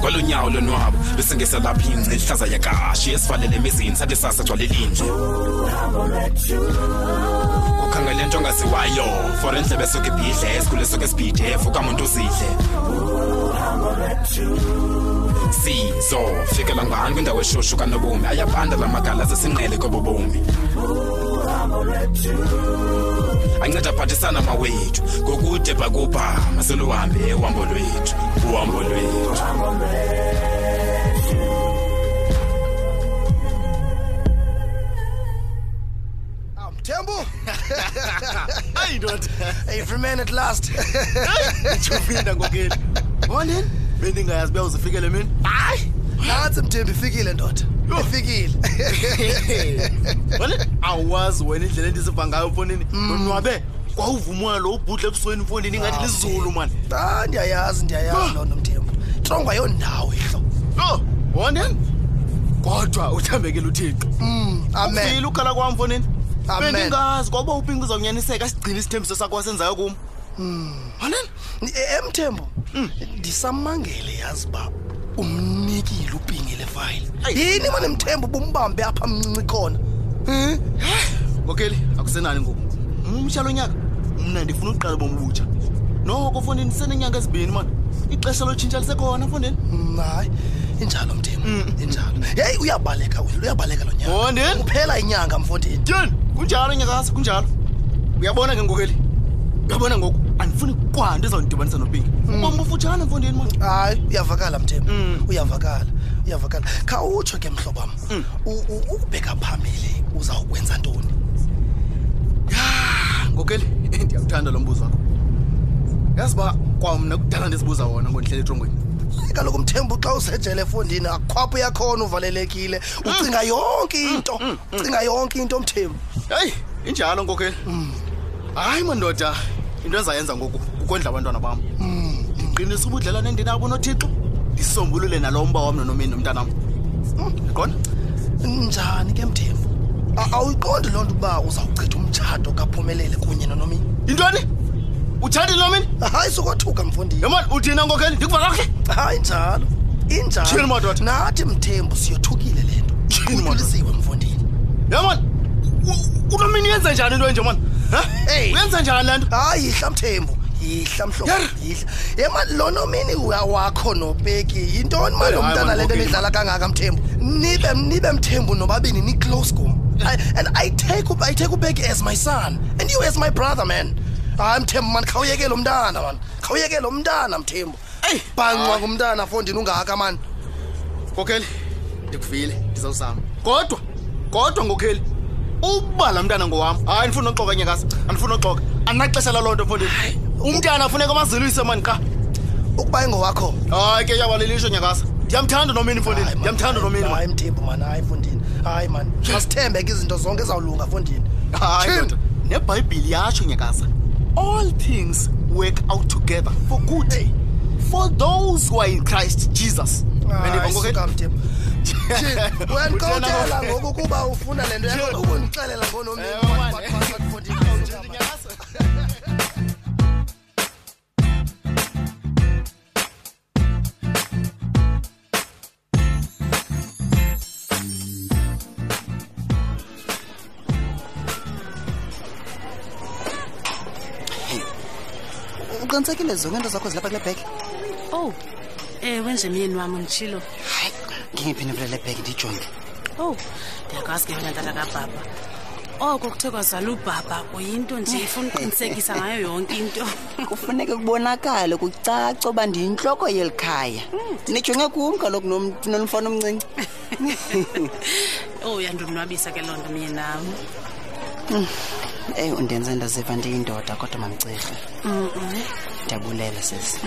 kwalonyawo lonwabo bese ngeselapha ingci ihlaza yakashi esivalele emizini sathi sasa gcwale linje ukhangele nto ongaziwayo for endlebe esuke ibhidle esikhule esuke esibhidef ukamuntu uzidle sizo fikela ngani kwindawo eshushu kanobomi ayabanda la magala zesinqele kobobomi anceda aphathisana mawethu ngokude bhakubha maseluhambe uhambo lwethu uhambo lwethu Ah, mthembu hayi ndoda you've remained at last nditshuphinda ngokeli onini bendingayazi uba uzifikele mina hayi nantsi mthembu ifikile ndoda Yho. ifikile wale awazi wena indlela endiziva ngayo mfondini Mm. ndonwabe kwawuvumwana lo ubhudle ebusweni mfondini ingathi lizulu mani ah ndiyayazi ndiyayazi Yho. loo nto mthembu ntlongwa yondawo ihlo yho wondeni kodwa uthambekele uthixo amen file ukhala kwam mfondini Amen. bendingazi kwaba upinki uzawunyaniseka asigcine isithembiso sakho wasenzayo kum Hmm. wondeni E- emthembu Mm. ndisamangele yazi uba umnikile upingi le fayile Ayi. yini mane mthembu bumbambe apha mncinci khona ngokeli akusenani ngoku Mm, umtshalo onyaka mna ndifuna uqala bombutsha noko fondini senenyanga ezibini mani ixesha lotshintsha lisekhona fondini Mm, hayi injalo mthembu injalo yeyi uyabaleka wena uyabaleka lo nyaka Mfondini. uphela inyanga mfondini tyeni kunjalo nyakasa kunjalo uyabona ke ngokeli uyabona ngoku andifuni kwanto ezawundidibanisa nopinki ubomba ufutshane mfondini mani hayi uyavakala mthembu uyavakala uyavakala khawutsho ke mhlobam U- u- ukubheka phambili uzawukwenza ntoni Ah, ngokeli ndiyawuthanda lo mbuzo wakho yazi uba kwamna kudala ndizibuza wona ngondihlela etrongweni Hayi, kaloku mthembu xa usejele efondini akhwapho yakhona uvalelekile ucinga yonke into ucinga yonke into mthembu heyi injalo ngokeli hayi mandoda into endizayenza ngoku kukondla abantwana bam Hmm. ndiqinisa ubudlelwane endinabo nothixo ndisombulule nalo mba wam Hmm, nonomini nomntanam qona njani ke mthembu A- awuyiqondi loo nto uba uzawuchitha umtshato kaphumelele kunye nonomini yintoni utshatile nomini hayi sukothuka mfondini yomani uthina ngokeli ndikuva kakhe hayi njalo Tyhini, injalo madoda. nathi mthembu siyothukile le nto Tyhini, madoda. utyulisiwe mfondini ye mani unomini yenze njani into enje mani Hey. uyenza njani le nto hayi yihla mthembu yihla mhlobo Yar. yihla ye mani lo nomini wa- wakho nopeki yintoni mani Hayi, lo hayi, mntana mani, le nto Bhokeni, nidlala kangaka mthembu nibe nibe mthembu nobabini niclose kum I- and i take up- i take upeki as my son and you as my brother man hayi mthembu mani khawuyeke lo mntana mani khawuyeke lo mntana mthembu Eyi. bhanqa Hayi. kumntana fondini ungaka mani ngokeli ndikuvile ndizawuzama kodwa kodwa ngokeli uba la mntana ngowam hayi andifuni noxoka nyekasa andifuni noxoka andinaxesha laloo nto mfondini umntana afuneka amazilise mani qa ukuba ingowakho hayi ke yawalelisho nyekasa ndiyamthanda nomini mfondini Hayi, man. ndiyamthanda nomini hayi mani mthembu mani hayi fondini hayi mani masithembe ke izinto zonke ezawulunga fondini hayi Tyhini. ndoda nebhayibhile yatsho nyekasa all things work out together for good for those who are in christ jesus Andiva, Nkokheli? wenkokela ngoku kuba ufuna le nto yakho Tyhini. ubundixelela ngonomini Ewe, man. uqinisekile zonke into zakho zilapha kule bhegi owu Oh, ewe nje myeni wam nditshilo hayi ngingiphendukule le bhegi ndiyijonge owu ndiyakwazi ke yona tata kabhabha oko kuthe kwazala ubhabha uyinto nje ifuna uqinisekisa ngayo yonke into kufuneka kubonakale kucace uba ndiyintloko yeli khaya Hmm. nijonge kum kaloku nom- nomfana omncinci owu yandonwabisa Oh, ke loo nto myenam eyi undenza ndaziva ndiyindoda kodwa mamcirha ndiyabulela sesi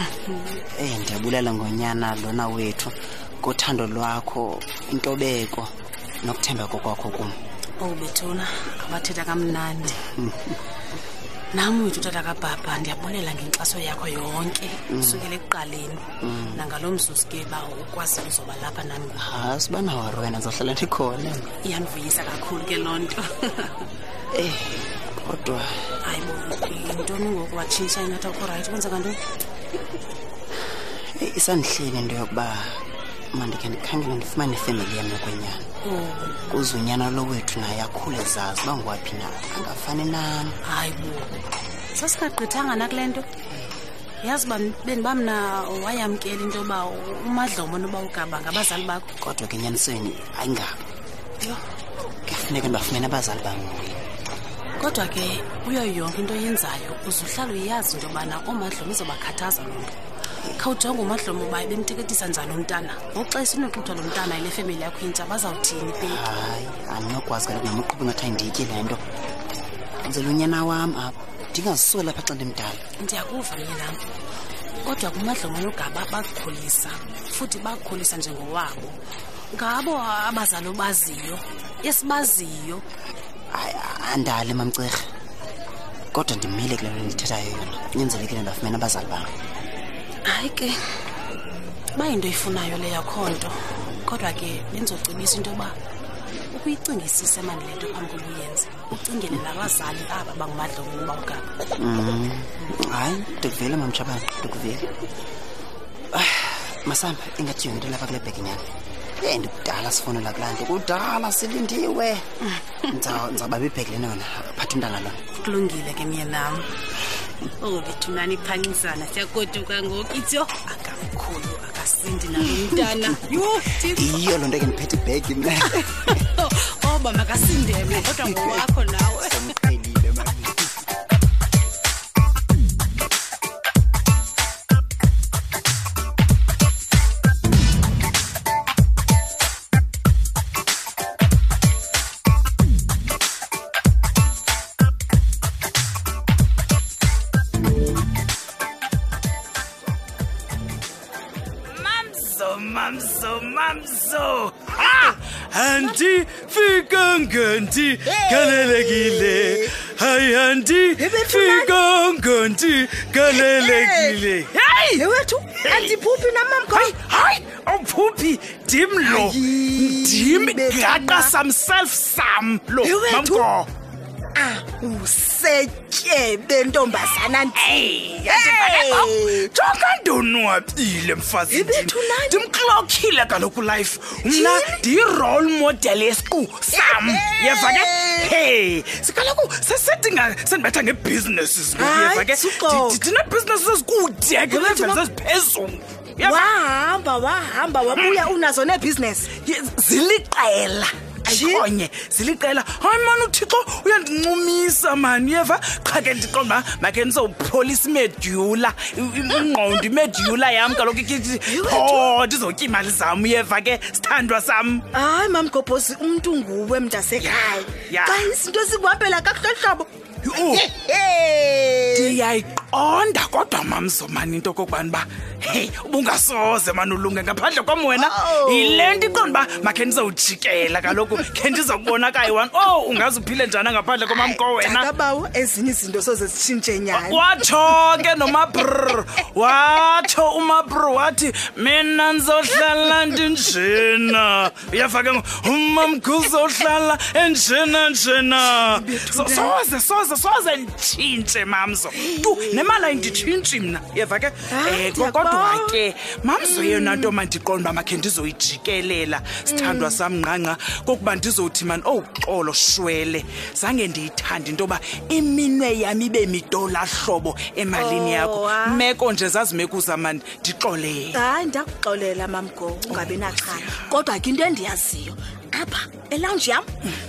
eyi ndiyabulela ngonyana lona wethu ngothando lwakho intobeko nokuthembeka kwakho kum owu bethuna awathetha kamnandi nam wethu tata kabhabha ndiyabulela ngenkxaso yakho yonke usukela ekuqaleni nangalo mzuzu ke ba ukwazile uzoba lapha nami ngoku. hayi ubanawo wena zohlala ndikhona iyandivuyisa kakhulu ke loo nto eyi Eh, kodwa hayi bo yintoni ngoku watshintsha inatha kho rayithi kwenzeka ntoni Eh, isandihleli into yokuba mandikhe ndikhangele ndifumane ifemeli yam yokwenyana Oh. kuze unyana lo wethu naye akhule zazi uba ngowaphi na angafani nam hayi bo sasingagqithanga nakule nto yazi uba bendiba mna wayamkela into yoba umadlomo noba ugaba ngabazali bakho kodwa ke enyanisweni ayingabo Yho. kuyafuneka ndibafumene abazali bam kodwa ke kuyo yonke into oyenzayo uze uhlale uyazi into yobana oomadlomo izobakhathaza loo nto khawujonge umadlomo uba bemteketisa njani umntana ngoxa isinoxuthwa lo mntana yile femeli yakho intsha bazawuthini pe hayi andinokwazi kaloku nam uqhuba ingathi ayindiyitye le nto ndizela unyana wam apha ndingazisuki lapha xa ndimdala ndiyakuva mntanam kodwa kumadlongo nogaba bakukhulisa futhi bakukhulisa njengowabo ngabo abazali obaziyo esibaziyo hayi andali mamcirha kodwa ndimile kule nto ndithethayo yona kunyanzelekile ndibafumene abazali bam hayi ke uba yinto ifunayo leyo kho nto kodwa ke bendizocebisa into yoba ukuyicingisise mani le nto phambi kobuyenze ucingele nabazali aba bangumadlongo noba ugaba hayi ndikuvile mamtshapana ndikuvile masamba ingathi yonto lapha kule bhekinyana ye ndikudala sifonela kulaa nto kudala silindiwe Ndza- ndizawubaba ibhegi lena yona phatha umntana lona kulungile ke myenam obethunani phanxisana siyagoduka ngoku itsyo akamkhulu akasindi nalo mntana yho Thixo. yiyo loo nto ke ndiphethe ibhegi mna oba makasindele kodwa ngowakho nawe Sendiqhelile, ma. mamzo mamzo mamzo ha anti fika ngonti galelekile hayi anti fika ngonti galelekile hayi yewethu andiphuphi namamkhoyi hayi awuphuphi dim oh, lo dim gaqa sam self sam lo Yewethu. mamgo usetyebe ntombazana Hey, yandivakela. Hey. jonga ndonwabile mfazini Ibethu nani? ndimklokhile kaloku life mna ndiyirole model yesiqu sam Hey. yeva ke hey sikaloku sesidinga sendibetha ngeebhizinesis Hayi, yeva ke Suxolo. Ndi- ndinebhizinesi ezikude ke Yewethu, level ma- eziphezulu Yeva, wahamba wahamba wabuya unazo neebhizinesi ye- ziliqela ayikhonye ziliqela hayi mani uthixo uyandincumisa mani yeva qha ke ndiqonda uba makhe ndizowupholisa imedula ingqondo imedula yam kaloku oh, ikithi o ndizotya iimali zam yeva ke sithandwa sam hayi mamgobhosi umntu nguwe mntasekhaya Ya, ya. xa izinto zikuhambela kakuhle hlobo Yho, Hey. ndiyayiqonda kodwa mamzo mani into okokubani uba heyi ubungasoze mani ulunge ngaphandle kwam wena Oh. yile nto iqonda uba makhe ndizowujikela kaloku khe ndizokubonakayi wani ow ungaze uphile njani ngaphandle komam ko wena takabawo ezinye izinto soze zitshintshe nyani watsho ke nomabr watsho umabr wathi mina ndizohlala ndinjena uyava ke ngo- umamgu zohlala enjena njena So- soze soze soze nditshintshe mamzo tu nemali ayinditshintshi mna uyeva ke Eh, ko- kodwa ke mamzo yeyona nto mandiqonda uba makhe ndizoyijikelela sithandwa sam nqanqa kokuba ndizothi mani owuxolo shwele zange ndiyithande into yoba iminwe yam ibe midola hlobo emalini yakho hayi. meko nje zazimekuza mani ndixolele hayi ndakuxolela mamgo ungabi naxhala kodwa ke into endiyaziyo apha elawunji yam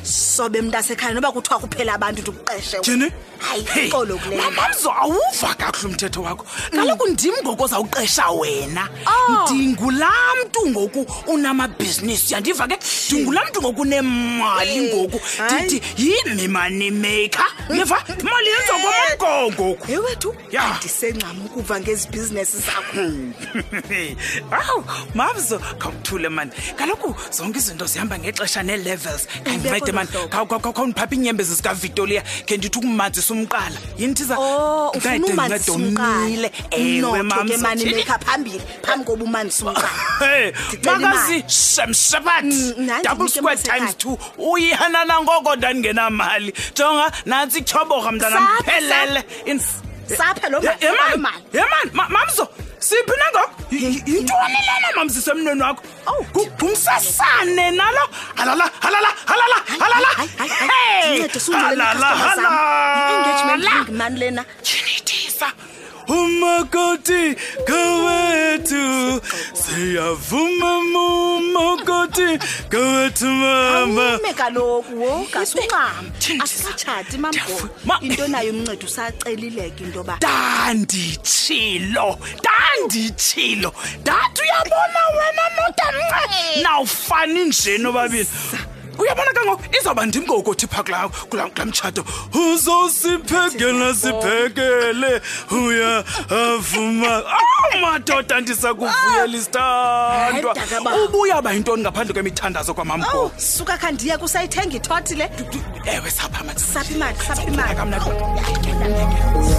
sobe mntasekhaya noba kuthiwa kuphela abantu ndikuqeshe Thini? hayi Hey, xolo kuleyo mamzo awuva kakuhle umthetho wakho kaloku ndim ngoku ozawuqesha wena Oh. ndingulaa mntu ngoku unamabhizinisi yandiva ke ndingulaa mntu ngoku unemali Eh, ngoku hayi. ndithi yimi money maker neva imali yenziwa kwamamgongoku yewethu Ya. Hmm. andisencam ukuva ngezi bhizinesi zakho awu mamzo khawuthule mani kaloku zonke izinto zihamba ngexesha nee-levels Ibeko khandincede lo mani hlobo. Khaw- khaw- khaw- khawundiphapha iinyembezi zikavictoria khe ndithi ukumanzisa umqala yini thiza Oh, ufuna Ndade umanzi ndinceda sumqala. umile ewe Notho ke mamzo mani Tyhini. meka phambili phambi koba umanzi sumqala Hey, Ndicela makazi imali. Mm, shemshepat nantsi double ndinike square masekhaya. times two uyihanana ngoko ndandingenamali jonga nantsi ityhoborha mntana Sapha, sapha. mphelele In- saphe lo Ye- mali saphe lo yemani mali yemani Ma- mamzo siphi nangoko Y- yintoni lena mamzisemnweni wakho Ngu- ngumsasane nalo halala halala halala halala hayi hayi Hey! ndincede sundulele Halala, icustomer zam halala. i-engagement ring mani lena Chinitisa umakoti kawethu siyavuma mumakoti kawethu mama ume kaloku wo gasuncam Thina- asisatshati mamgo Ma- into nayo umncedo usacelileke into yoba ndanditshilo ndanditshilo ndathi uyabona wena nodanxe nawufani nje nobabini uyabona kangoku izawuba ndim ngokothi phaa kulaa kulaa- kulaa mtshato uzosiphekela siphekele uya avuma aw madoda ndisakuvuyela isithandwa Hayi, mntakababa. ubuya ba yintoni ngaphandle kwemithandazo kwamamgo Oh. ow suka khandiye kusayithenga ithoti le ewe sapha saphi imali saphi imali kamnaa